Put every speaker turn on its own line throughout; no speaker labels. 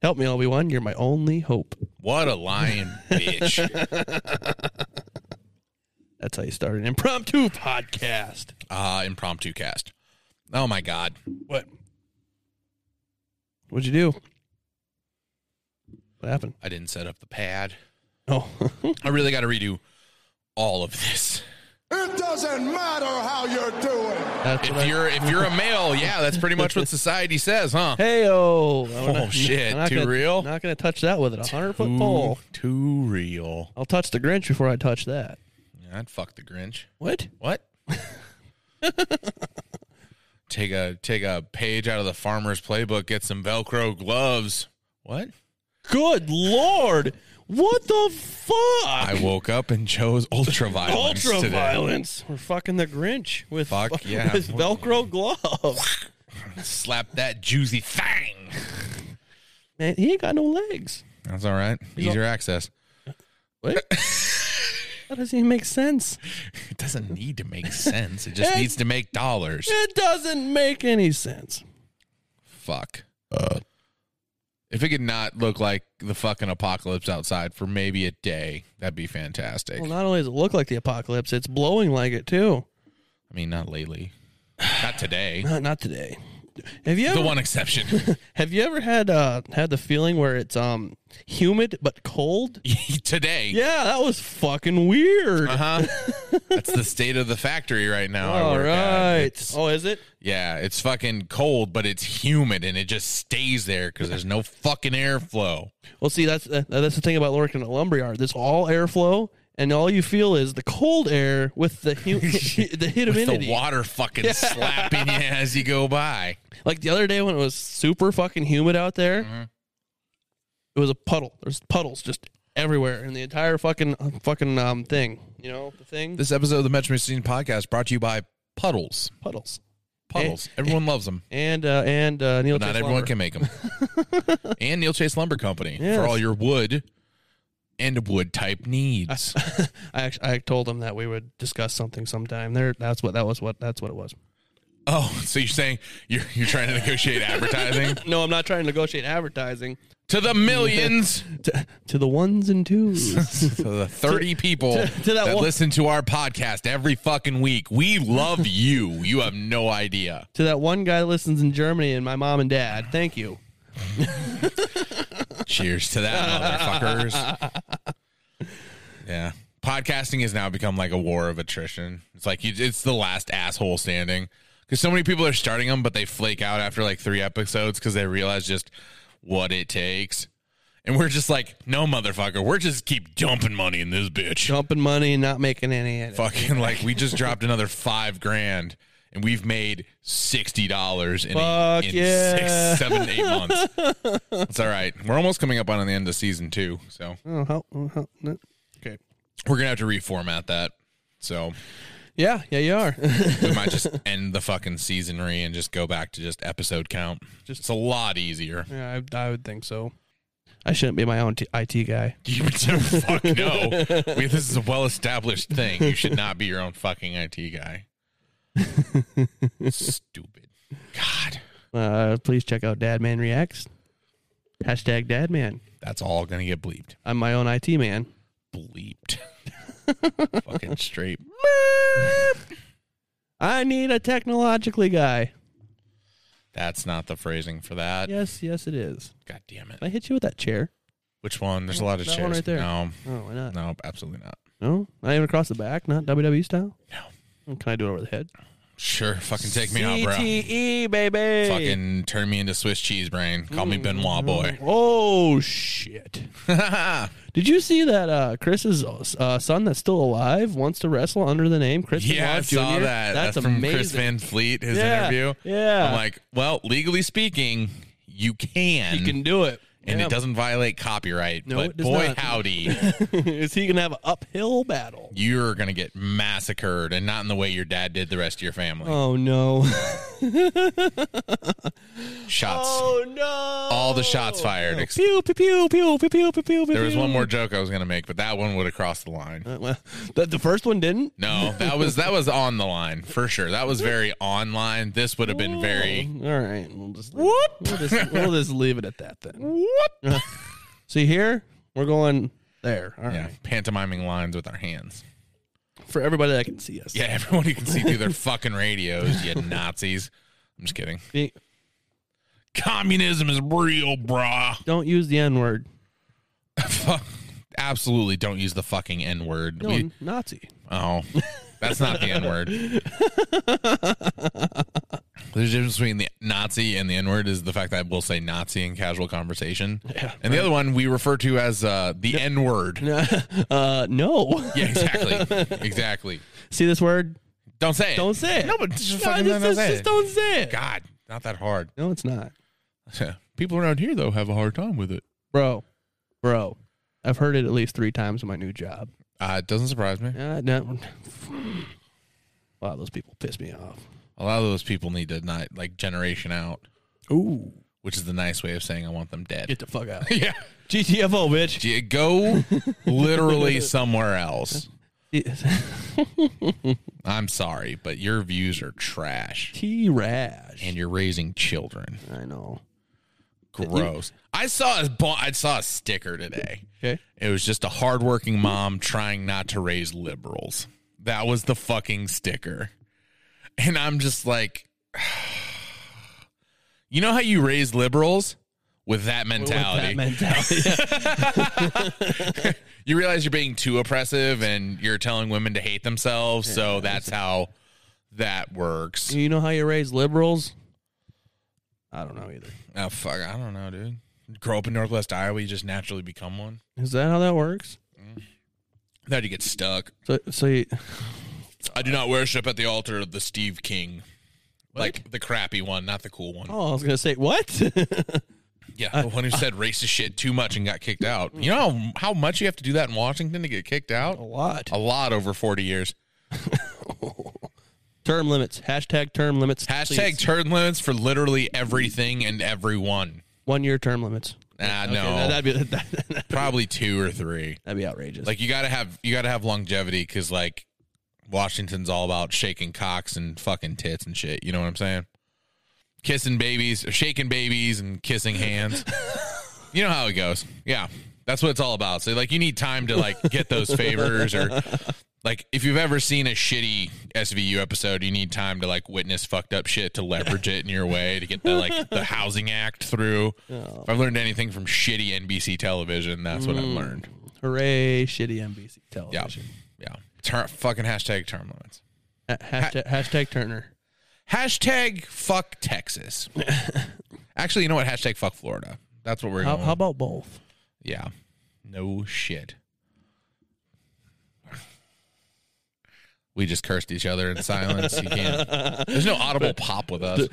Help me, Obi Wan. You're my only hope.
What a lying bitch.
That's how you start an impromptu podcast.
Uh, impromptu cast. Oh my God.
What? What'd you do? What happened?
I didn't set up the pad.
Oh,
I really got to redo all of this.
It doesn't matter how you're doing.
that's what I.
If you're if you're a male, yeah, that's pretty much what society says, huh?
Hey, oh.
Oh, shit. Too
gonna,
real?
Not going to touch that with it. A 100 foot pole.
Too- Too real.
I'll touch the Grinch before I touch that.
Yeah, I'd fuck the Grinch.
What?
What? take a take a page out of the farmer's playbook. Get some Velcro gloves. What?
Good Lord. What the fuck?
I woke up and chose ultra violence.
Ultra
today.
violence. We're fucking the Grinch with,
Fuck yeah.
with Velcro gloves.
Slap that juicy thing.
Man, he ain't got no legs.
That's all right. Easier access.
What? that doesn't even make sense.
It doesn't need to make sense. It just
Hey.
needs to make dollars.
It doesn't make any sense.
Fuck. Uh, if it could not look like the fucking apocalypse outside for maybe a day, that'd be fantastic.
Well, not only does it look like the apocalypse, it's blowing like it too.
I mean, not lately. Not today.
Not, not today. Have you ever
the one exception.
have you ever had uh had the feeling where it's um humid but cold?
today.
Yeah, that was fucking weird.
Uh huh. That's the state of the factory right now. I
All
work at.
right.
It's-
Oh, is it?
yeah, it's fucking cold, but it's humid and it just stays there because there's no fucking airflow.
Well, see, that's uh, that's the thing about working at a lumberyard. There's all airflow, and all you feel is the cold air with the hu- the
With
humidity.
the water fucking slapping you as you go by.
like the other day when it was super fucking humid out there,
Mm-hmm.
it was a puddle. There's puddles just everywhere in the entire fucking fucking um thing. You know the thing?
This episode of the Metro Machine Podcast brought to you by Puddles.
puddles.
Puddles. Everyone loves them.
And uh, and uh, Neil.
Not
Chase
everyone
Lumber.
can make them. and Neil Chase Lumber Company
Yes.
for all your wood and wood type needs.
I actually, I told them that we would discuss something sometime. There, that's what that was. What that's what it was.
oh, so you're saying you're you're trying to negotiate advertising
No, I'm not trying to negotiate advertising
to the millions,
to, to the ones and twos.
to the thirty people
to that
that,
one-
listen to our podcast every fucking week. We love you. You have no idea.
to that one guy that listens in Germany and my mom and dad. Thank you.
Cheers to that, motherfuckers. Yeah. Podcasting has now become like a war of attrition. It's like you, it's the last asshole standing because so many people are starting them, but they flake out after like three episodes because they realize just what it takes. And we're just like, no, motherfucker, we're just keep dumping money in this bitch.
Dumping money and not making any. in it.
Fucking like we just dropped another five grand and we've made sixty dollars in, a-
Fuck
in
yeah.
six, seven, eight months. It's all right. We're almost coming up on the end of season two, so
Oh, how, oh, how, no. Okay.
we're gonna have to reformat that. So
Yeah, yeah, you are.
we might just end the fucking seasonry and just go back to just episode count. Just it's a lot easier.
yeah, I, I would think so. I shouldn't be my own t- IT guy.
You fuck no. We, this is a well established thing. You should not be your own fucking IT guy. Stupid. God.
Uh, please check out Dadman Reacts. Hashtag Dadman.
That's all gonna get bleeped.
I'm my own IT man.
bleeped. Fucking straight.
I need a technologically guy.
That's not the phrasing for that.
Yes, yes, it is.
God damn
Can
it.
I hit you with that chair?
Which one? There's a lot of
That
chairs.
one right there.
No,
Oh, why not?
no, absolutely not.
No, not even across the back. Not WWE style.
No.
Mm, Can I do it over the head?
Sure, fucking take me out, bro.
CTE baby.
Fucking turn me into Swiss cheese brain. Call me
Mm-hmm.
Benoit boy.
Oh shit! Did you see that uh, Chris's uh, son that's still alive wants to wrestle under the name Chris?
yeah, I
Benoit
saw
Jr.?
that.
That's,
That's, from
amazing.
Chris Van Fleet, his
Yeah,
interview.
yeah.
I'm like, well, legally speaking, you can.
You can do it,
and
Yeah.
it doesn't violate copyright.
No,
but
it does
boy,
not.
howdy.
Is he gonna have an uphill battle?
you're gonna get massacred and not in the way your dad did the rest of your family
Oh no!
shots
oh no!
all the shots fired ex-
Pew pew pew pew pew pew pew pew.
there was one more joke i was gonna make but that one would have crossed the line
Uh, well, the, the first one didn't.
no that was that was on the line for sure that was very
Oh.
online this would have been very
All right, we'll just whoop. We'll just, we'll just leave it at that then. Uh,
Whoop.
See here, we're going there. All right.
Yeah, pantomiming lines with our hands.
For everybody that can see us.
Yeah, everyone you can see through their fucking radios, you Nazis. I'm just kidding.
Be-
Communism is real, brah.
Don't use the N word.
Fuck. Absolutely don't use the fucking N word.
No,
We
Nazi.
Oh, that's not the N word. the difference between the Nazi and the N word is the fact that we'll say Nazi in casual conversation.
Yeah,
and the other one we refer to as uh, the N word.
uh, no.
Yeah, exactly. exactly.
See this word?
Don't say it.
Don't say it.
No, but just
No,
fucking
just-
don't
just-
say
just
it.
don't say it.
God, not that hard.
No, it's not.
People around here, though, have a hard time with it.
Bro, bro. I've heard it at least three times in my new job.
Uh, it doesn't surprise me.
Uh, no. Wow, those people piss me off.
A lot of those people need to not, like, generation out,
Ooh.
which is the nice way of saying I want them dead.
Get the fuck out.
yeah.
GTFO, bitch.
G- Go literally somewhere else. I'm sorry, but your views are trash
T Rash.
and you're raising children.
I know.
Gross. I saw a bo- I saw a sticker today.
Okay.
It was just a hardworking mom trying not to raise liberals. That was the fucking sticker. And I'm just like You know how you raise liberals with that mentality.
With that mentality.
you realize you're being too oppressive and you're telling women to hate themselves, so that's how that works.
You know how you raise liberals? I don't know either.
Oh fuck, I don't know, dude. Grow up in Northwest Iowa, you just naturally become one.
Is that how that works?
That you get stuck.
So, so you,
I do not worship at the altar of the Steve King. Like the crappy one, not the cool one.
oh, Uh, I was gonna say what?
Yeah, the one who said racist shit too much and got kicked out.
Mm.
You know how, how much you have to do that in Washington to get kicked out?
A lot.
A lot over 40 years.
Term limits. Hashtag term limits.
Hashtag
please.
turn limits for literally everything and everyone.
one year term limits.
Ah,
Okay,
no.
that- that'd be that,
probably two or three.
would be outrageous.
Like you gotta have you gotta have longevity because like Washington's all about shaking cocks and fucking tits and shit. You know what I'm saying? Kissing babies, or shaking babies, and kissing hands. you know how it goes. Yeah, that's what it's all about. So like you need time to like get those favors or. Like if you've ever seen a shitty SVU episode, you need time to like witness fucked up shit to leverage it in your way to get the like the housing act through. If I've learned anything from shitty NBC television, that's what I've learned.
hooray, shitty NBC
Yeah.
television.
Yeah. Ter- fucking hashtag term limits.
Ha- hashtag, hashtag Turner.
Hashtag fuck Texas. Actually, you know what? Hashtag fuck Florida. That's what we're
How,
going.
how about both?
yeah. No shit. We just cursed each other in silence. You can't. There's no audible pop with us.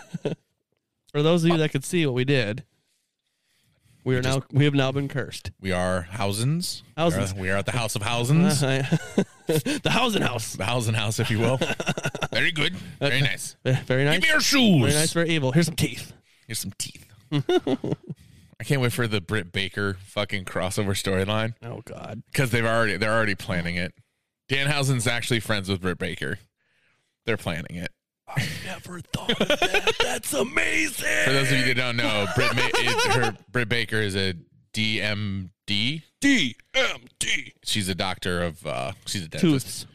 For those of you that could see what we did, we are now we have now been cursed.
We are Housens.
Housens.
We are, we are at the House of Housens.
Uh-huh. the housing house.
The Housen House, if you will. Very good. Very nice.
Very
Give
nice.
me your shoes.
Very nice. Very evil. Here's some teeth.
Here's some teeth. I can't wait for the Britt Baker fucking crossover storyline
Oh God.
because they've already they're already planning it. Danhausen's actually friends with Britt Baker. They're planning it.
Never thought of that. That's amazing.
For those of you that don't know, Britt, Ma- is, her, Britt Baker is a DMD.
DMD.
She's a doctor of uh, she's a dentist.
Tooths.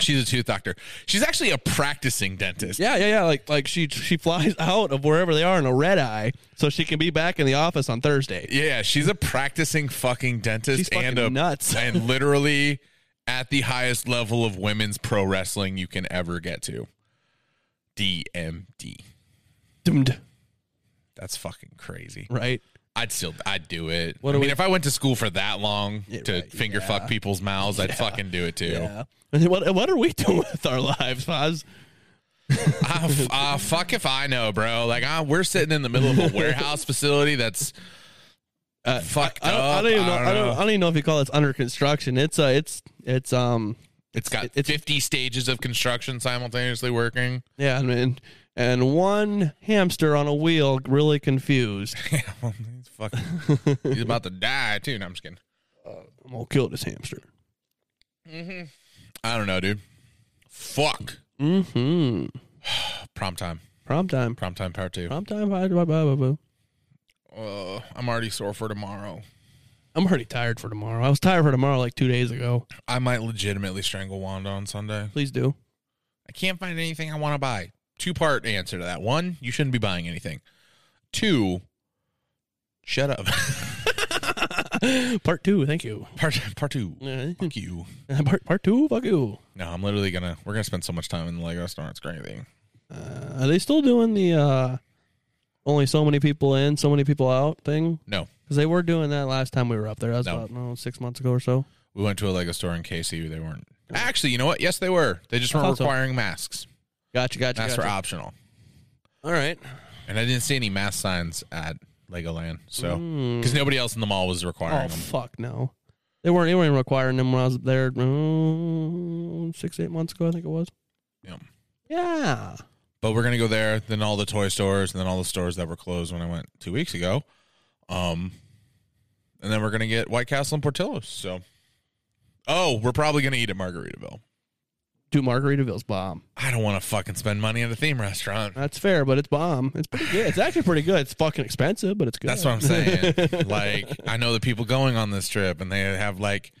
She's a tooth doctor. She's actually a practicing dentist.
Yeah, yeah, yeah. Like, like she she flies out of wherever they are in a red eye, so she can be back in the office on Thursday.
Yeah, she's a practicing fucking dentist
She's fucking
and a
nuts.
and literally at the highest level of women's pro wrestling you can ever get to. DMD.
Doomed.
That's fucking crazy.
Right.
I'd still I'd do it.
What
I
do
mean,
we-
if I went to school for that long
Yeah,
to
right,
finger fuck people's mouths, I'd fucking do it too.
Yeah. And What what are we doing with our lives, Foz?
Ah, f- ah, fuck if I know, bro. Like ah, we're sitting in the middle of a warehouse facility that's fucked
Uh, I don't,
up.
I don't even know, Uh, I, don't, I don't even know if you call this under construction. It's uh, it's it's um,
it's got
it- it's-
50 stages of construction simultaneously working.
yeah, I mean, and one hamster on a wheel really confused.
Yeah, well, he's fucking. he's about to die too. No, I'm just kidding.
I'm gonna kill this hamster.
I don't know, dude. Fuck.
Mm-hmm.
Prom time.
Prom time.
Prom time part two.
Prom time. Bye, bye, bye, bye, bye.
uh, I'm already sore for tomorrow.
I'm already tired for tomorrow. I was tired for tomorrow like two days ago.
I might legitimately strangle Wanda on Sunday.
Please do.
I can't find anything I want to buy. Two part answer to that. One, you shouldn't be buying anything. Two, shut up.
Part two, thank you.
part part two.
Yeah.
Fuck you.
Part part two, fuck you.
No, I'm literally gonna we're gonna spend so much time in the Lego store, it's crazy.
Uh, are they still doing the uh, only so many people in, so many people out thing?
No.
Because they were doing that last time we were up there. That was
No.
about no, six months ago or so.
We went to a Lego store in KC. They weren't actually. You know what? Yes, they were. They just
I
weren't
thought so.
requiring masks.
Gotcha, gotcha,
Masks
gotcha.
were optional,
All right.
and I didn't see any mask signs at Legoland. So because nobody else in the mall was requiring
Mm. Hmm. Oh
them.
fuck no, they weren't. They weren't even requiring them when I was there mm, six, eight months ago. I think it was.
Yeah.
Yeah.
But we're gonna go there, then all the toy stores, and then all the stores that were closed when I went two weeks ago. Um, and then we're gonna get White Castle and Portillo's. So, oh, we're probably gonna eat at Margaritaville.
Dude, Margaritaville's bomb.
I don't want to fucking spend money at a theme restaurant.
That's fair, but it's bomb. It's pretty good. It's actually pretty good. It's fucking expensive, but it's good.
That's what I'm saying. like, I know the people going on this trip, and they have like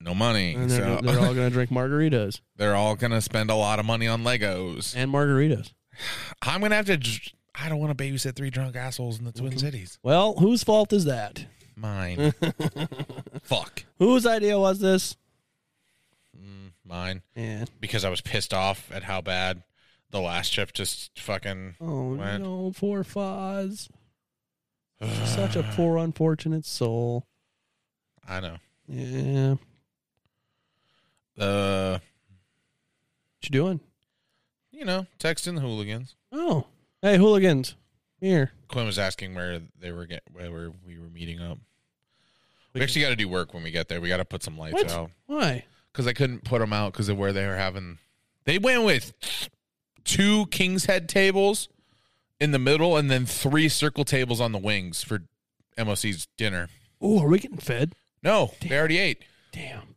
no money,
And they're,
so
they're all gonna drink margaritas
they're all gonna spend a lot of money on Legos.
and margaritas.
I'm gonna have to. dr- I don't want to babysit three drunk assholes in the Twin Cities.
Well, whose fault is that?
Mm-hmm.
Mm.
Mine. Fuck. Mm,
Whose idea was this?
Mine.
Yeah.
because I was pissed off at how bad the last trip just fucking.
Oh
What?
no, poor Foz. Such a poor, unfortunate soul.
I know.
Yeah. What
Uh,
you doing?
you know, texting the hooligans.
Oh, hey, hooligans, here.
Quinn was asking where they were get where we were meeting up. We actually got to do work when we get there. We got to put some lights
What?
out
Why?
because I couldn't put them out because of where they were having. They went with two king's head tables in the middle and then three circle tables on the wings for MOC's dinner.
Oh, are we getting fed?
No, they already ate.
Damn.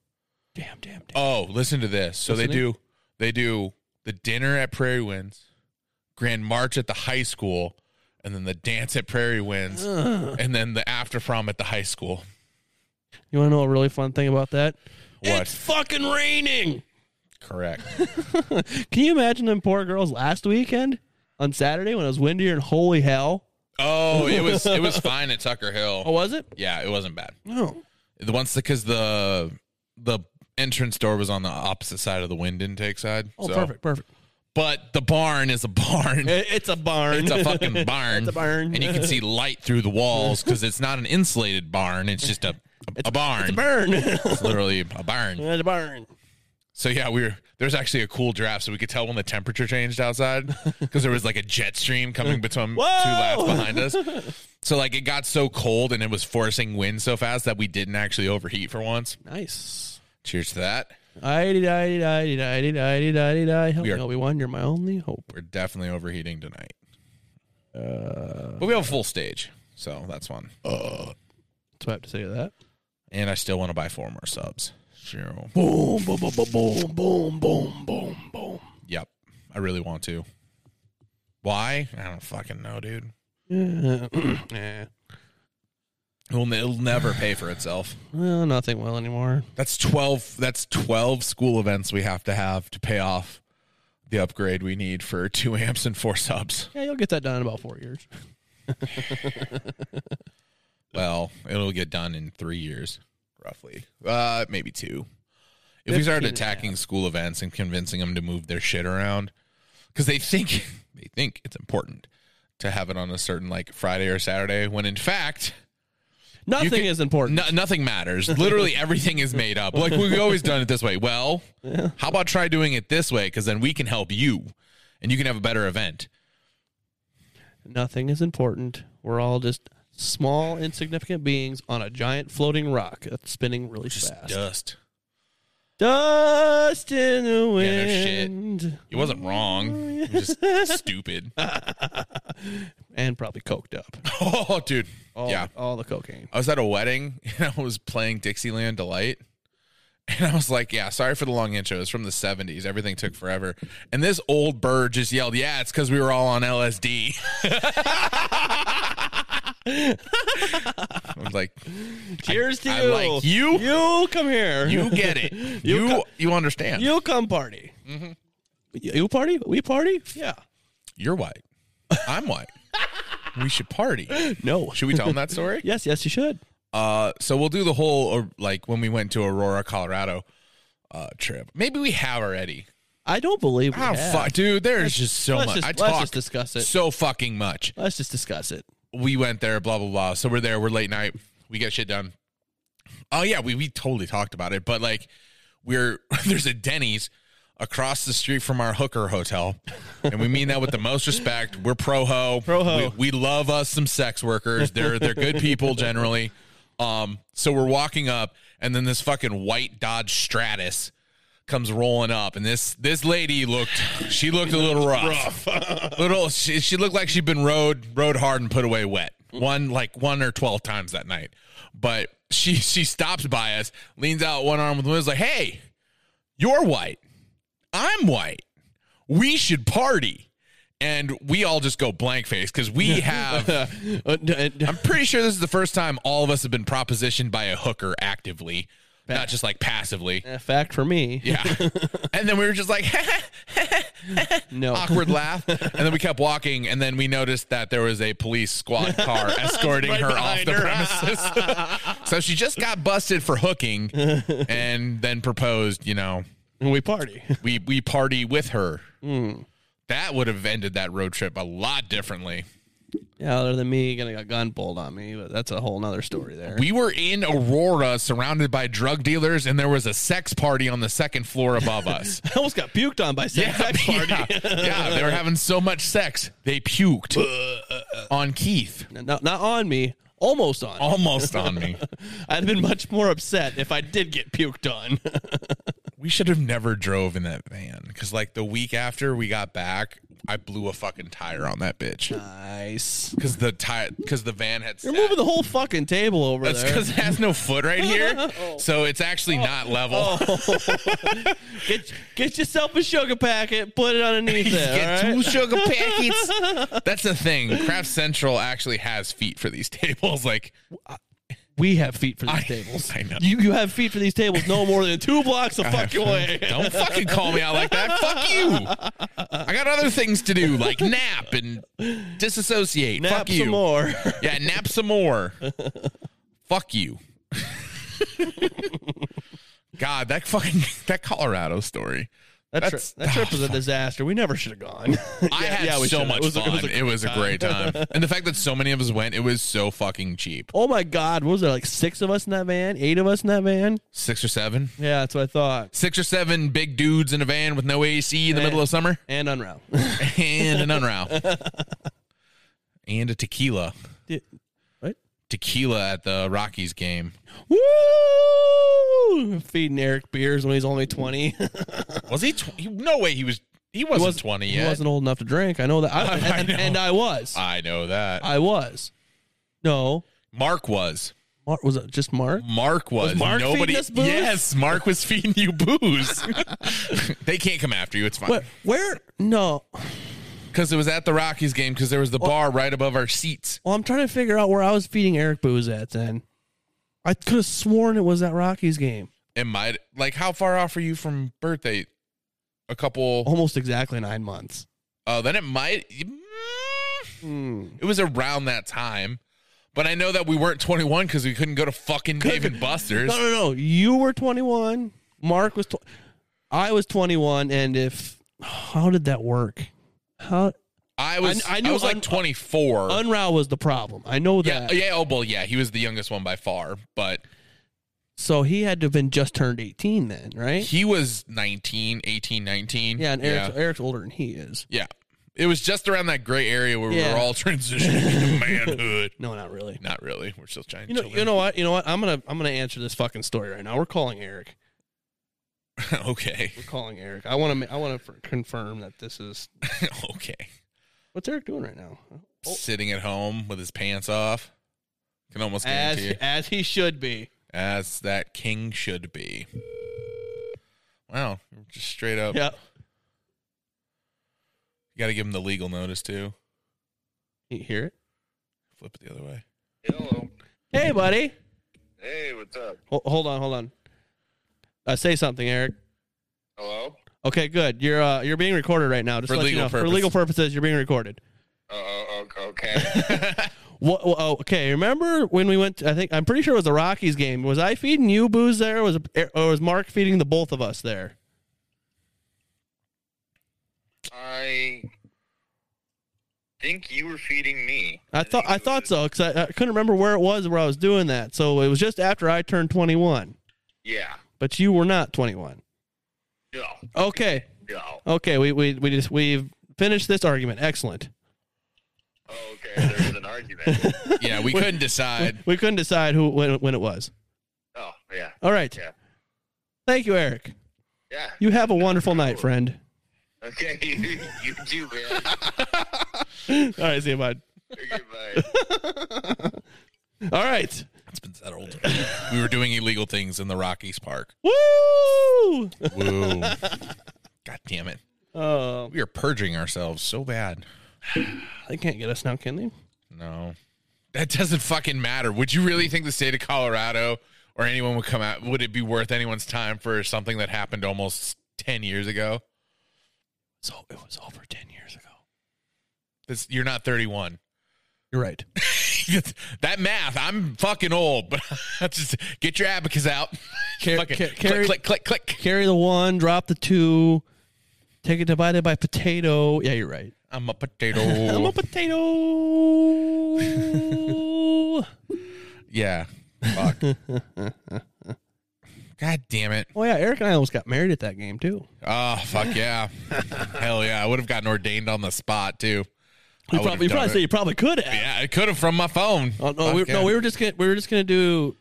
Damn. Damn. damn.
Oh, listen to this. So they
Listening?
do they do the dinner at Prairie Winds, Grand March at the high school, and then the dance at Prairie Winds, and then the after prom at the high school.
You want to know a really fun thing about that?
What?
It's fucking raining.
Correct.
Can you imagine them poor girls last weekend on Saturday when it was windier and holy hell?
Oh, it was it was fine at Tucker Hill.
Oh, was it?
Yeah, it wasn't bad.
No.
The once because the the entrance door was on the opposite side of the wind intake side.
Oh,
so-
perfect. Perfect.
But the barn is a barn.
I- It's a barn.
It's a fucking barn.
It's a barn.
And you can see light through the walls because it's not an insulated barn. It's just a, a barn.
It's a burn.
It's literally a barn.
it's a barn.
So yeah, we were there's actually a cool draft, so we could tell when the temperature changed outside because there was like a jet stream coming between two
Whoa!
laps behind us. So like it got so cold and it was forcing wind so fast that we didn't actually overheat for once.
Nice.
Cheers to that.
I did, I did, I did, I did, I did, I did, I help
We
me,
are-
Obi-Wan. You're my only hope.
We're definitely overheating tonight. but we have a full stage, so that's fun.
That's what I have to say to that.
And I still want to buy four more subs. Sure.
Boom, boom, boom, boom, boom, boom, boom, boom.
Yep. I really want to. Why? I don't fucking know, dude.
Yeah. yeah.
It'll, ne- it'll never pay for itself.
Well, nothing will anymore.
That's 12 that's 12 school events we have to have to pay off the upgrade we need for 2 amps and 4 subs.
Yeah, you'll get that done in about four years.
Well, it'll get done in 3 years roughly. Uh maybe 2. If we started
15 and a half.
attacking school events and convincing them to move their shit around cuz they think they think it's important to have it on a certain like Friday or Saturday when in fact
Nothing
can-
is important.
No, nothing matters. Literally everything is made up. Like we've always done it this way. Well, how about try doing it this way? Because then we can help you, and you can have a better event.
Nothing is important. We're all just small, insignificant beings on a giant floating rock that's spinning really fast.
dust.
Dust in the
Yeah, no shit.
wind.
He wasn't wrong. He was just stupid.
And probably coked up.
Oh, dude.
All,
yeah.
All the cocaine.
I was at a wedding and I was playing Dixieland Delight. And I was like, yeah, sorry for the long intro. It's from the 70s. Everything took forever. And this old bird just yelled, yeah, it's because we were all on LSD. I'm like,
Cheers to
I
you.
like you.
You come here.
you get it.
You
You you,
co-
understand.
You come party. Mm-hmm. You you party? We party? Yeah.
You, are white. I'm white. we should party.
No.
Should we tell them that story?
Yes, yes, you should.
Uh, so we'll do the whole or, like when we went to Aurora, Colorado, uh, trip. Maybe we have already.
I don't believe we
Oh
have.
fuck, dude! There's just so
let's
much.
just-
I
let's
talk
just discuss it.
so fucking much.
Let's just discuss it.
We went there, blah blah blah. So we're there. We're late night. We get shit done. Oh yeah, we we totally talked about it. But like, we're there's a Denny's across the street from our hooker hotel, and we mean that with the most respect. We're pro ho.
Pro ho.
We, we love us some sex workers. They're they're good people generally. Um, so we're walking up, and then this fucking white Dodge Stratus comes rolling up, and this this lady looked she looked a little rough, little she, she looked like she'd been rode rode hard and put away wet one like one or twelve times that night. But she she stops by us, leans out one arm with the window's like, "Hey, you're white, I'm white, we should party," and we all just go blank face because we have.
Uh, d- uh, d-
I'm pretty sure this is the first time all of us have been propositioned by a hooker actively, not just like passively.
a fact for me.
Yeah. and then we were just like,
No.
awkward laugh. And then we kept walking, and then we noticed that there was a police squad car escorting her off
behind
the
her.
premises. so she just got busted for hooking and then proposed, you know,
And we party.
we, we party with her.
Hmm.
That would have ended that road trip a lot differently.
Yeah, other than me getting a gun pulled on me, but that's a whole nother story there.
We were in Aurora surrounded by drug dealers, and there was a sex party on the second floor above us.
I almost got puked on by sex sex party.
Yeah, yeah, they were having so much sex, they puked on Keith.
not, not on me. Almost on.
Almost on me.
I'd have been much more upset if I did get puked on.
We should have never drove in that van because, like, the week after we got back, I blew a fucking tire on that bitch
nice.
because the tire because the van had.
You're
sat-
moving the whole fucking table over
That's
there.
because it has no foot right here,
Oh.
so it's actually not level.
Get get yourself a sugar packet, put it underneath
Just
it.
get
all
two
right?
sugar packets. That's the thing. Craft Central actually has feet for these tables. Like
We have feet for these
I-
tables.
I know.
You you have feet for these tables no more than two blocks a fucking way.
Don't fucking call me out like that. Fuck you. I got other things to do, like nap and disassociate.
Nap
Fuck you.
some more.
Yeah, nap some more. Fuck you. God, that fucking that Colorado story.
That, tri-
That's-
that trip was a disaster. We never should have gone.
I had
we
so
should've.
much
was a-
fun. It was, a, great time. and the fact that so many of us went, it was so fucking cheap.
Oh my God! What was there like six of us in that van? Eight of us in that van?
Six or seven?
Yeah, that's what I thought.
Six or seven big dudes in a van with no AC in the
Eh.
middle of summer.
And unround.
And an unrow. and a tequila.
right?
Tequila at the Rockies game.
Woo! Feeding Eric beers when he's only twenty.
Was he, tw- he- No way he was. He wasn't
wasn't-
20
he
yet.
wasn't old enough to drink. I know that. I,
I
and,
know.
and I was.
I know that.
I was. No,
Mark was.
Mark was it just Mark?
Mark was.
Mark feeding
Nobody.
us booze?
Yes, Mark was feeding you booze. they can't come after you. It's fine.
Where? Where? No.
Because it was at the Rockies game. Because there was the bar right above our seats.
Well, I'm trying to figure out where I was feeding Eric booze at. Then I could have sworn it was that Rockies game.
It might. Like, how far off are you from birthday? A couple.
Almost exactly nine months.
Oh, then it might.
Hmm.
It was around that time. But I know that we weren't 21 because we couldn't go to fucking Dave and Buster's.
No, no, no. You were 21. Mark was. Tw- I was 21. And if how did that work? How
I was.
I- I
I,
knew
was like
un-
24.
Unrow was the problem. I know
yeah.
that.
Yeah. Oh, well, yeah. He was the youngest one by far. But.
So he had to have been just turned 18 then, right?
He was 19, 18, 19.
yeah, and Eric's,
yeah.
Eric's older than he is.
Yeah. It was just around that gray area where we
Yeah.
were all transitioning into manhood.
No, not really.
Not really. We're still trying
You know, you know what? You know what? I'm gonna I'm gonna answer this fucking story right now. We're calling Eric.
okay.
We're calling Eric. I want to I want to confirm that this is
okay.
what's Eric doing right now? Oh,
Sitting at home with his pants off. Can almost
as
guarantee it.
as he should be.
as that king should be. Wow. Just straight up.
Yeah.
You got to give him the legal notice, too.
You hear it?
Flip it the other way.
Hey, buddy.
Hey, what's up?
Ho- hold on, hold on. Uh, say something, Eric.
Hello?
Okay, good. You're uh, you're being recorded right now. Just
For
to let you
legal
know. For
purpose.
legal purposes, you're being recorded.
Oh, oh, okay.
What, oh, okay. Remember when we went? I think I'm pretty sure it was the Rockies game. Was I feeding you booze there? Was or was Mark feeding the both of us there?
I think you were feeding me.
I thought
think
I
it
thought
was-
so because I, I couldn't remember where it was where I was doing that. So it was just after I turned 21,
Yeah.
but you were not 21.
No.
Okay,
No.
okay. We we we just we've finished this argument. Excellent.
Oh, okay. There was an argument.
yeah, we couldn't decide.
We couldn't decide who when when it was.
Oh, yeah.
All right.
Yeah.
Thank you, Eric.
Yeah.
You have a wonderful night, friend.
Okay. You, you do, man.
All right, see you, bud.
Goodbye.
All right.
It's been settled. we were doing illegal things in the Rockies Park.
Woo!
Woo. God damn it.
Oh,
We are purging ourselves so bad.
they can't get us now, can they?
No. That doesn't fucking matter. Would you really think the state of Colorado or anyone would come out? Would it be worth anyone's time for something that happened almost 10 years ago?
So it was over ten years ago.
That's, you're not 31.
You're right.
that math, I'm fucking old, but just get your abacus out.
Car-
Fucking
ca-
click,
carry-
click, click, click.
Carry the one, drop the two, take it divided by potato. Yeah, you're right.
I'm a potato.
I'm a potato.
yeah. Fuck. God damn it.
oh yeah, Eric and I almost got married at that game too.
Oh, fuck yeah. Hell yeah. I would have gotten ordained on the spot, too. I
You
would
probably,
have
you
done
probably
it.
said you probably could have.
Yeah, I could have from my phone.
Oh no, we,
Fuck yeah.
no, we were just gonna we were just gonna do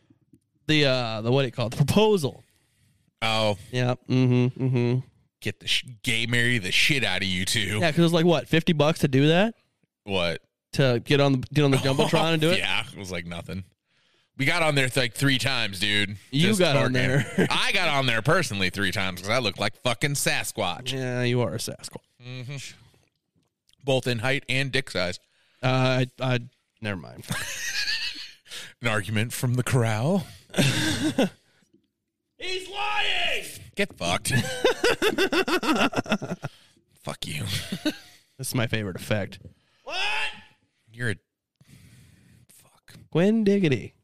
the uh the what do you call it the proposal.
Oh,
Yeah. Mm-hmm. Mm-hmm.
get the sh- gay marry the shit out of you two.
Yeah, because it was like what fifty bucks to do that
What?
to get on the get on the jumbotron and do it.
Yeah, it was like nothing. We got on there like three times, dude.
You got on
barking.
there.
I got on there personally three times because I looked like fucking Sasquatch,
Yeah, you are a Sasquatch.
both in height and dick size.
Uh, I, I never mind.
An argument from the corral.
He's lying.
Get fucked. Fuck you.
This is my favorite effect.
You're a fuck.
Gwen Diggity.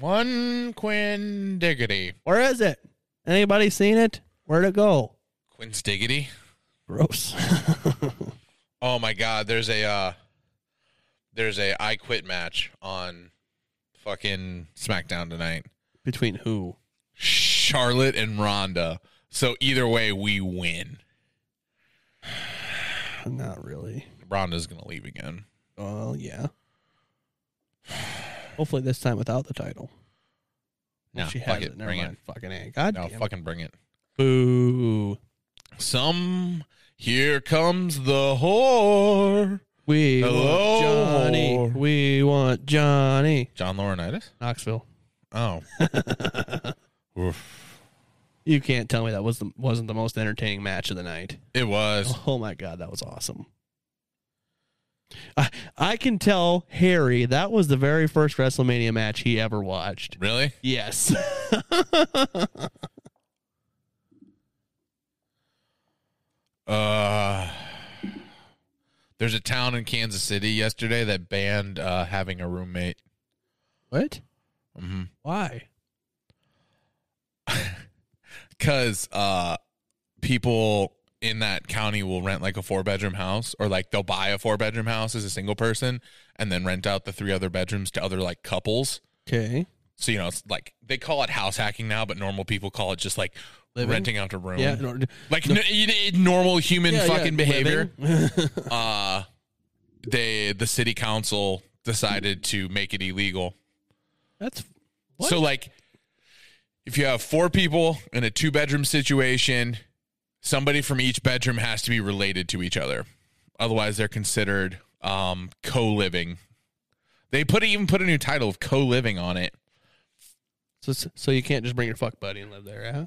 One Quinn Diggity.
Where is it? Anybody seen it? Where'd it go?
Quinn's Diggity.
Gross.
Oh my god, there's a uh there's a I quit match on fucking SmackDown tonight.
Between who?
Charlotte and Ronda. So either way we win.
Not really.
Ronda's gonna leave again.
Well, yeah. Hopefully this time without the title.
No,
she
fuck
has
it.
it. Never
Bring
mind. Fucking A. God
No,
damn.
fucking bring it.
Boo.
Some here comes the whore.
We
Hello.
want Johnny. We want Johnny.
John Laurinaitis?
Knoxville.
Oh.
You can't tell me that was the, wasn't the most entertaining match of the night.
It was.
Oh my god, that was awesome. I I can tell Harry that was the very first WrestleMania match he ever watched.
Really?
Yes.
Uh there's a town in Kansas City yesterday that banned uh, having a roommate.
what? Mm-hmm.
Mhm.
Why?
because uh, people in that county will rent like a four bedroom house or like they'll buy a four bedroom house as a single person and then rent out the three other bedrooms to other like couples.
Okay.
So, you know, it's like they call it house hacking now, but normal people call it just like
Living?
renting out a room.
Yeah. in order to-
Like n- you need normal human
yeah, yeah,
fucking behavior.
living.
Uh, they, the city council decided to make it illegal.
That's what?
So like if you have four people in a two bedroom situation, somebody from each bedroom has to be related to each other. Otherwise they're considered um co-living. They put even put a new title of co-living on it.
so so you can't just bring your fuck buddy and live there, huh?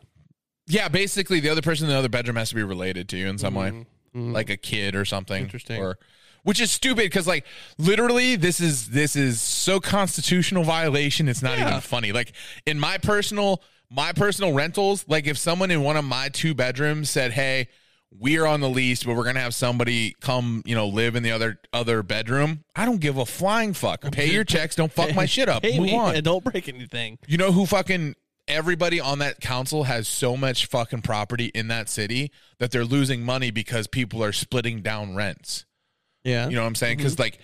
Yeah, basically the other person in the other bedroom has to be related to you in some way.
Mm.
Like a kid or something.
Interesting.
Or which is stupid because like literally this is this is so constitutional violation. It's not even funny. Like in my personal my personal rentals, like if someone in one of my two bedrooms said, "Hey, we are on the lease, but we're gonna have somebody come, you know, live in the other other bedroom," I don't give a flying fuck. Pay your checks. Don't fuck my shit up.
Hey,
Move
man,
on.
don't break anything.
You know who fucking everybody on that council has so much fucking property in that city that they're losing money because people are splitting down rents.
Yeah.
You know what I'm
Mm-hmm.
saying? Because like,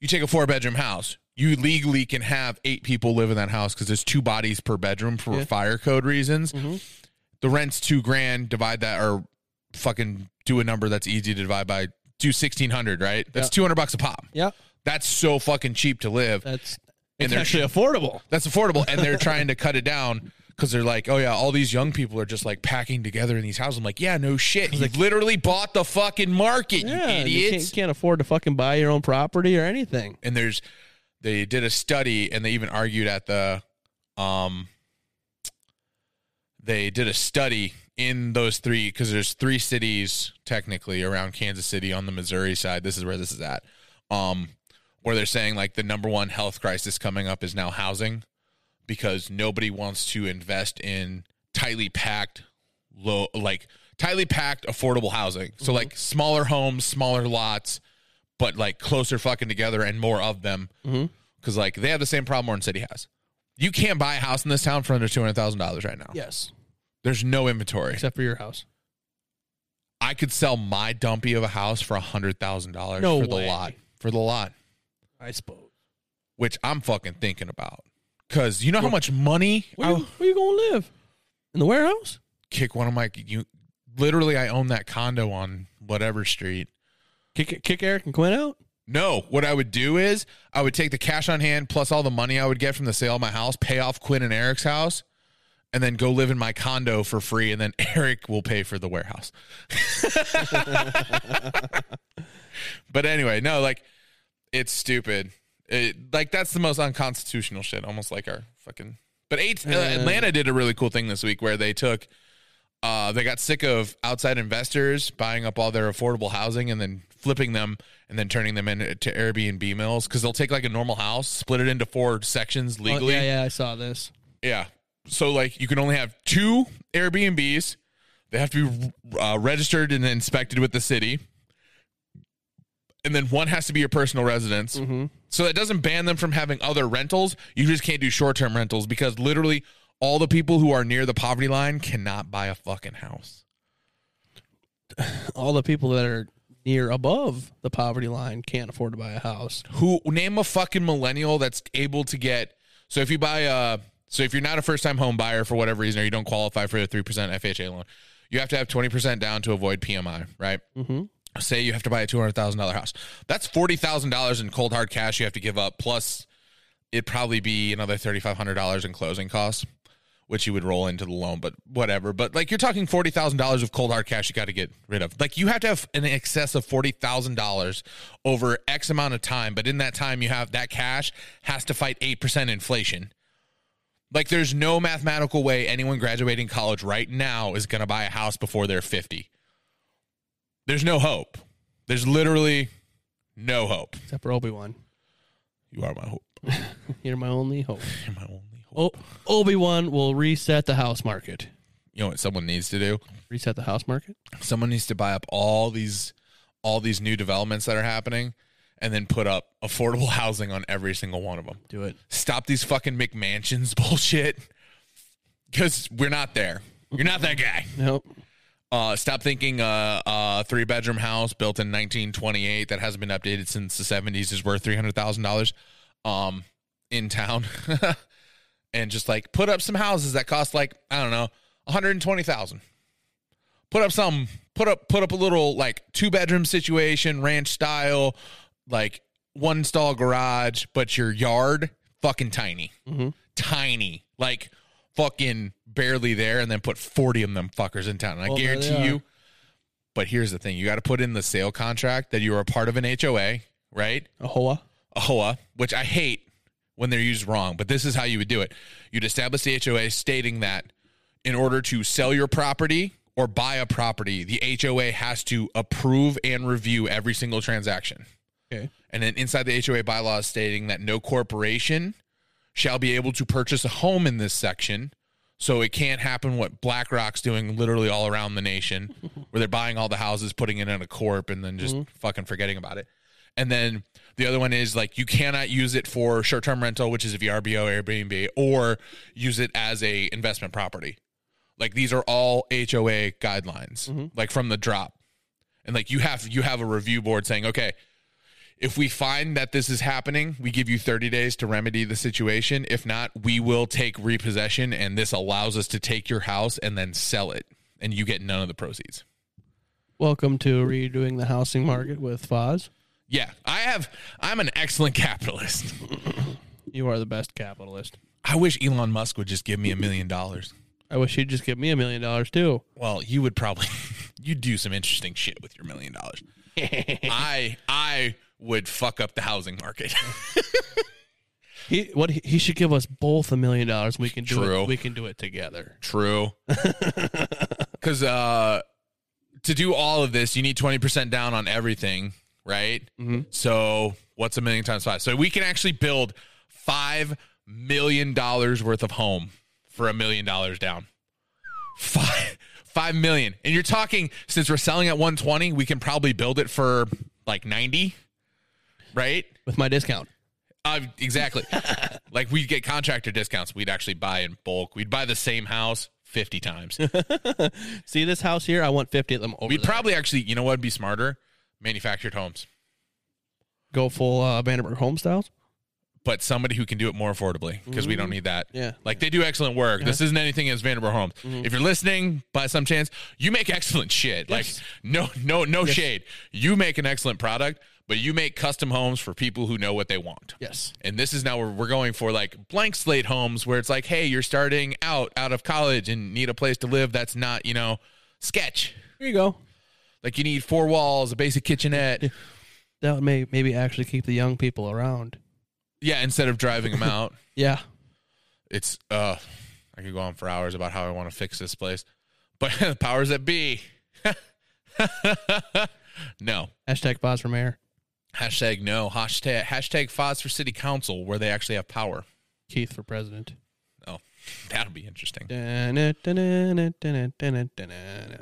you take a four bedroom house, you legally can have eight people live in that house because there's two bodies per bedroom for
Yeah.
fire code reasons.
Mhm.
The rent's two grand. Divide that or fucking do a number that's easy to divide by. Do sixteen hundred, right? That's
Yeah.
two hundred bucks a pop.
yeah.
That's so fucking cheap to live.
That's
And
it's
they're-
actually affordable.
That's affordable, and they're trying to cut it down because they're like, oh yeah, all these young people are just like packing together in these houses. I'm like, yeah, no shit, you literally bought the fucking market,
Yeah.
you
You
idiots.
can't, can't afford to fucking buy your own property or anything.
and there's, they did a study, and they even argued at the, um, they did a study in those three because there's three cities technically around Kansas City on the Missouri side. This is where this is at. Um, where they're saying like the number one health crisis coming up is now housing because nobody wants to invest in tightly packed low like tightly packed affordable housing. So like smaller homes, smaller lots, but like closer fucking together and more of them.
Mhm.
Cuz like they have the same problem Orange City has. You can't buy a house in this town for under $200,000 right now.
Yes.
There's no inventory.
Except for your house.
I could sell my dumpy of a house for $100,000
No
for
way.
the lot. For the lot,
I suppose.
which I'm fucking thinking about. Cuz you know how much money
Where, you- where you gonna live? In the warehouse?
kick one of my you literally I own that condo on whatever street.
Kick kick Eric and Quinn out?
No, what I would do is I would take the cash on hand plus all the money I would get from the sale of my house, pay off Quinn and Eric's house, and then go live in my condo for free and then Eric will pay for the warehouse. but anyway, no, like it's stupid. It, like that's the most unconstitutional shit, almost like our fucking But eight, uh, Atlanta did a really cool thing this week where they took uh, they got sick of outside investors buying up all their affordable housing and then flipping them and then turning them into Airbnb mills because they'll take like a normal house, split it into four sections
Oh,
legally.
yeah, yeah, I saw this.
Yeah. So like you can only have two Airbnbs. They have to be uh, registered and inspected with the city. And then one has to be your personal residence.
Mm-hmm.
So that doesn't ban them from having other rentals. You just can't do short term rentals because literally all the people who are near the poverty line cannot buy a fucking house.
All the people that are near above the poverty line can't afford to buy a house.
Who name a fucking millennial that's able to get so if you buy a so if you're not a first time home buyer for whatever reason or you don't qualify for the three percent FHA loan, you have to have twenty percent down to avoid PMI, right? Mm-hmm. Say you have to buy a two hundred thousand dollar house. That's forty thousand dollars in cold hard cash you have to give up. Plus, it'd probably be another thirty five hundred dollars in closing costs, which you would roll into the loan. But whatever. But like you're talking forty thousand dollars of cold hard cash you got to get rid of. Like you have to have an excess of forty thousand dollars over X amount of time. But in that time, you have that cash has to fight eight percent inflation. Like there's no mathematical way anyone graduating college right now is going to buy a house before they're 50. There's no hope. There's literally no hope.
Except for Obi Wan.
You are my hope.
You're my only hope.
You're my only hope.
Oh, Obi Wan will reset the house market.
You know what someone needs to do?
Reset the house market?
Someone needs to buy up all these all these new developments that are happening and then put up affordable housing on every single one of them.
Do it.
Stop these fucking McMansions bullshit. Cuz we're not there. You're not that guy.
Nope.
Uh, stop thinking uh, a three bedroom house built in 1928 that hasn't been updated since the 70s is worth $300,000 um, in town. and just like put up some houses that cost like, I don't know, 120,000. Put up some, put up, put up a little like two bedroom situation, ranch style, like one stall garage, but your yard fucking tiny,
Mm-hmm.
tiny, like fucking barely there. And then put 40 of them fuckers in town. And I
Well, there they
guarantee you,
are.
but here's the thing you got to put in the sale contract that you are a part of an HOA, right?
A hoa.
A HOA, which I hate when they're used wrong, but this is how you would do it. You'd establish the HOA stating that in order to sell your property or buy a property, the HOA has to approve and review every single transaction.
Okay.
And then inside the HOA bylaws stating that no corporation shall be able to purchase a home in this section. So it can't happen what BlackRock's doing literally all around the nation, where they're buying all the houses, putting it in a corp, and then just fucking forgetting about it. And then the other one is like you cannot use it for short term rental, which is if you RBO, Airbnb, or use it as a investment property. Like these are all HOA guidelines, like from the drop. And like you have you have a review board saying, okay, if we find that this is happening, we give you 30 days to remedy the situation. If not, we will take repossession, and this allows us to take your house and then sell it, and you get none of the proceeds.
Welcome to redoing the housing market with Foz.
Yeah, I have. I'm an excellent capitalist.
You are the best capitalist.
I wish Elon Musk would just give me a million dollars.
I wish he'd just give me a million dollars too.
Well, you would probably you'd do some interesting shit with your million dollars. I I would fuck up the housing market.
He what he, he should give us both a million dollars. We can do
True.
it. We can do it together.
True. Because uh, to do all of this, you need 20% down on everything, right? So what's a million times five? So we can actually build $5 million worth of home for a million dollars down. Five, five million. And you're talking, since we're selling at 120, we can probably build it for like 90, right?
with my discount.
Uh, exactly. like we'd get contractor discounts. We'd actually buy in bulk. We'd buy the same house 50 times.
See this house here? I want fifty of them over.
We
We
probably actually, you know what would be smarter? Manufactured homes,
go full uh, Vanderburg home styles.
but somebody who can do it more affordably because we don't need that.
Mm-hmm. Yeah. Mm-hmm.
Like they do excellent work. This isn't anything as Vanderbilt Homes. If you're listening by some chance, you make excellent shit.
Yes.
Like no, no, no shade. You make an excellent product, but you make custom homes for people who know what they want.
Yes.
And this is now where we're going for like blank slate homes where it's like, hey, you're starting out out of college and need a place to live that's not, you know, sketch.
Here you go.
Like you need four walls, a basic kitchenette.
That would may maybe actually keep the young people around.
Yeah, instead of driving them out,
Yeah.
it's uh I could go on for hours about how I want to fix this place. But the powers that be. no.
Hashtag Foz for mayor.
Hashtag no. Hashtag hashtag Foz for City Council where they actually have power.
Keith for president.
Oh, that'll be interesting.
Da-na, da-na, da-na, da-na, da-na.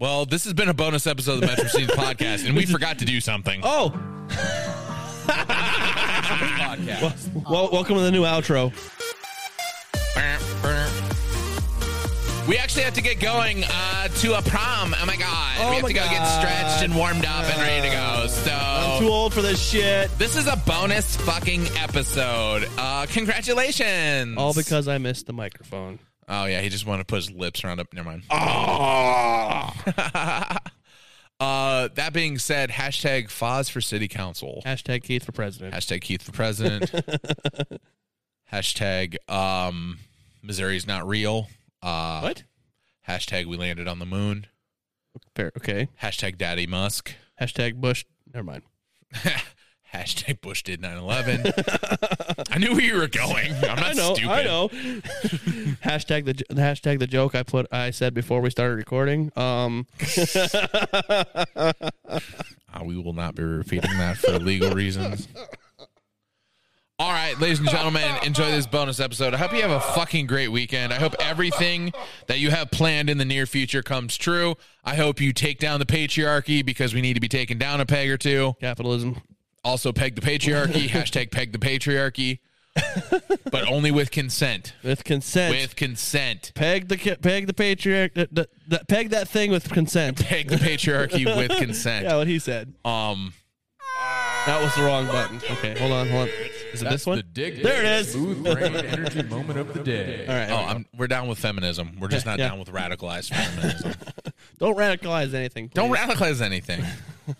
Well, this has been a bonus episode of the Metro Scenes podcast, and we forgot to do something.
Oh,
Podcast.
well, welcome to the new outro.
We actually have to get going uh, to a prom. Oh my god!
Oh
we have
my
to go get
God.
stretched and warmed up and ready to go. So
I'm too old for this shit.
This is a bonus fucking episode. Uh, congratulations.
All because I missed the microphone.
Oh, yeah. He just wanted to put his lips around up. Never mind.
Ah.
uh, that being said, hashtag Foz for City Council.
Hashtag Keith for president.
Hashtag Keith for President. hashtag um, Missouri's Not Real. Uh,
What?
Hashtag We Landed on the Moon.
Fair. Okay.
Hashtag Daddy Musk.
Hashtag Bush. Never mind.
hashtag Bush did 9 11. I knew where you were going. I'm not
I know.
stupid.
I know. hashtag the j- hashtag the joke I put I said before we started recording. Um,
Uh, we will not be repeating that for legal reasons. All right, ladies and gentlemen, enjoy this bonus episode. I hope you have a fucking great weekend. I hope everything that you have planned in the near future comes true. I hope you take down the patriarchy because we need to be taken down a peg or two.
capitalism.
Also, peg the patriarchy, hashtag peg the patriarchy, but only with consent.
With consent.
With consent.
peg the ki- peg the patriarch. The, the, the- peg that thing with consent.
Peg the patriarchy with
Yeah,
consent.
what he said.
Um,
That was the wrong button. Okay, hold on, hold on. Is it this one? there it is. All
energy moment of the day.
right.
oh, I'm, we're down with feminism. We're just not
Yeah.
down with radicalized feminism.
don't radicalize anything.
Don't
please.
radicalize anything.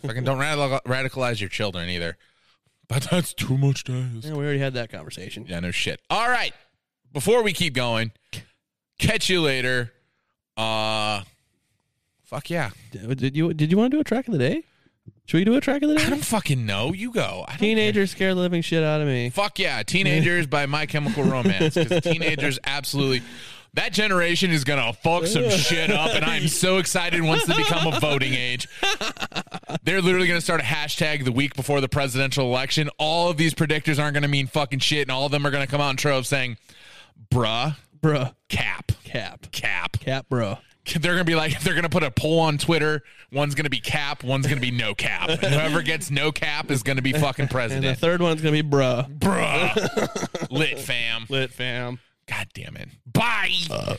Fucking don't radical- radicalize your children either. But that's too much to
Yeah,
ask.
we already had that conversation.
Yeah, no shit. All right. Before we keep going, catch you later. Uh, fuck yeah.
D- Did you did you want to do a track of the day? Should we do a track of the
I
day?
don't fucking know. You go. I don't
Teenagers scare the living shit out of me.
Fuck yeah, teenagers by My Chemical Romance. Because teenagers absolutely. That generation is gonna fuck some shit up, and I'm so excited once they become a voting age. They're literally going to start a hashtag the week before the presidential election. All of these predictors aren't going to mean fucking shit, and all of them are going to come out in troves saying, bruh,
bruh.
cap,
Cap,
cap.
cap, bruh.
They're going to be like, they're going to put a poll on Twitter. One's going to be cap, one's going to be no cap. And whoever gets no cap is going to be fucking
And the
president.
third one's gonna be bruh.
bruh. Lit fam.
Lit fam.
God damn it. Bye.